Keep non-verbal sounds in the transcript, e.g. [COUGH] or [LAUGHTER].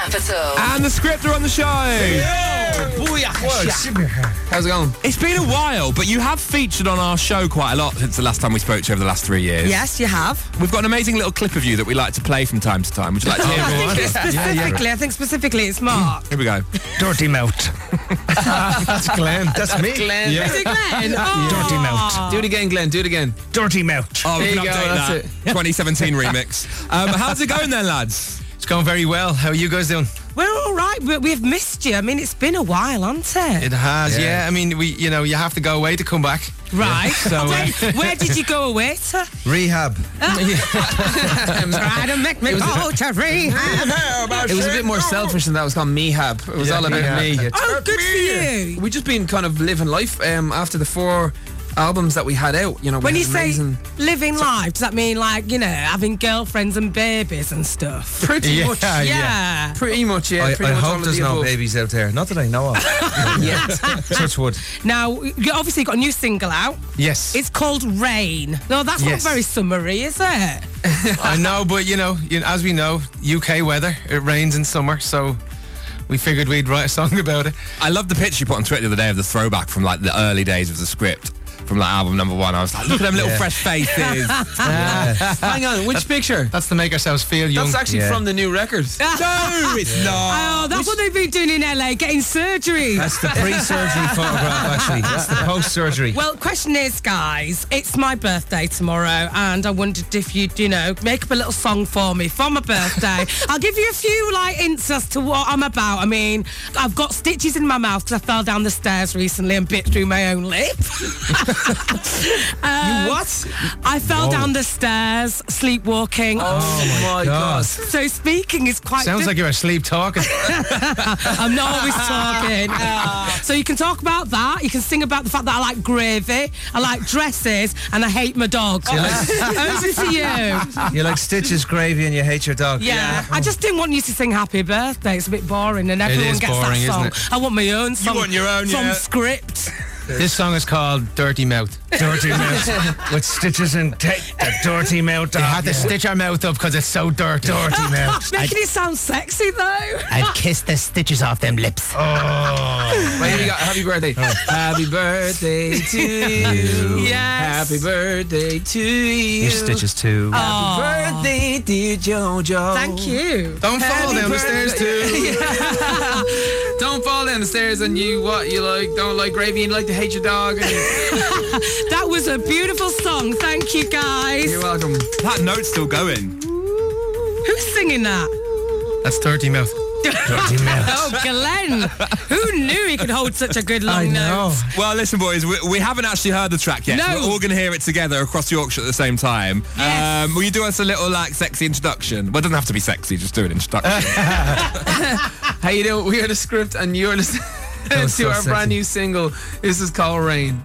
Capital. And the script are on the show. How's it going? It's been a while, but you have featured on our show quite a lot since the last time we spoke to you over the last three years. Yes, you have. We've got an amazing little clip of you that we like to play from time to time. Would you like to hear [LAUGHS] I more? think it's Yeah, yeah. specifically, I think specifically it's Mark. Here we go. Dirty mouth. [LAUGHS] That's Glenn. That's me. Glenn. Is it Glenn? Dirty Oh. mouth. Do it again, Glenn. Do it again. Dirty mouth. Oh, we There can you go, update that's that. it. 2017 remix. Um, how's it going then, lads? It's going very well. How are you guys doing? We're all right, but we've missed you. I mean, it's been a while, hasn't it? It has, Yeah. yeah. I mean, we, you know, you have to go away to come back. Right. So, uh, [LAUGHS] where, where did you go away to? Rehab. Try to make me was a- go to rehab. it was a bit more selfish than that. It was called Mehab. It was Yeah, all about Mehab. me. Oh, good for you. We just been kind of living life um, after the four albums that we had out. You know, we When had you say amazing- living life, does that mean like, you know, having girlfriends and babies and stuff? pretty Yeah, much, yeah. Yeah. pretty much, yeah, I, pretty I much all hope of there's the no above. babies out there. Not that I know of. [LAUGHS] Yeah. Touch wood. Now, you obviously got a new single out. yes, It's called Rain. No, that's Yes. not very summery, is it? I know, but you know, you as we know, UK weather, it rains in summer, so we figured we'd write a song [LAUGHS] about it. I love the picture you put on Twitter the other day of the throwback from like the early days of the script from like album number one. I was like, look at them little Yeah. fresh faces. Hang on, which picture? That's to make ourselves feel young. That's actually Yeah. from the new record. no, it's not. Oh, that's what they've been doing in LA, getting surgery. That's the [LAUGHS] pre-surgery photograph, actually. That's the post-surgery. Well, question is, guys, it's my birthday tomorrow, and I wondered if you'd, you know, make up a little song for me for my birthday. I'll give you a few like hints as to what I'm about. I mean, I've got stitches in my mouth because I fell down the stairs recently and bit through my own lip. Um, What? I fell Whoa. down the stairs sleepwalking. Oh my God. So speaking is quite. Sounds like you're asleep talking. I'm not [LAUGHS] always talking. so you can talk about that. You can sing about the fact that I like gravy, I like dresses, and I hate my dog. [LAUGHS] Over to you. Yeah. [LAUGHS] You like stitches, gravy, and you hate your dog. I just didn't want you to sing Happy Birthday. It's a bit boring, and everyone is gets boring, that isn't song. it? I want my own song. want your own, from yeah. script. this song is called Dirty Mouth. [LAUGHS] Dirty mouth. With stitches and take the dirty mouth We off. had to stitch our mouth up because it's so dirty. Dirty mouth. Making it sound sexy though. I'd kiss the stitches off them lips. Oh. Wait, we got happy birthday. Happy birthday to you. Yes. Happy birthday to you. Your stitches Oh, too. Aw, Birthday, dear Jojo. Thank you. Don't fall Happy down the birthday. stairs [LAUGHS] too. Don't fall down the stairs and you what you like don't like gravy and like to hate your dog. And you- That was a beautiful song. Thank you guys. you're welcome. That note's still going. Who's singing that? That's dirty mouth. Dirty mouth. [LAUGHS] Oh, Glenn. Who knew he could hold such a good long I note? know. Well, listen, boys, we, we haven't actually heard the track yet. Oh. No. So we're all going to hear it together across Yorkshire at the same time. Yes. Um, will you do us a little, like, sexy introduction? Well, it doesn't have to be sexy, just do an introduction. How you doing? We are the script and you're listening was [LAUGHS] to so our sexy. brand new single. This is called Rain.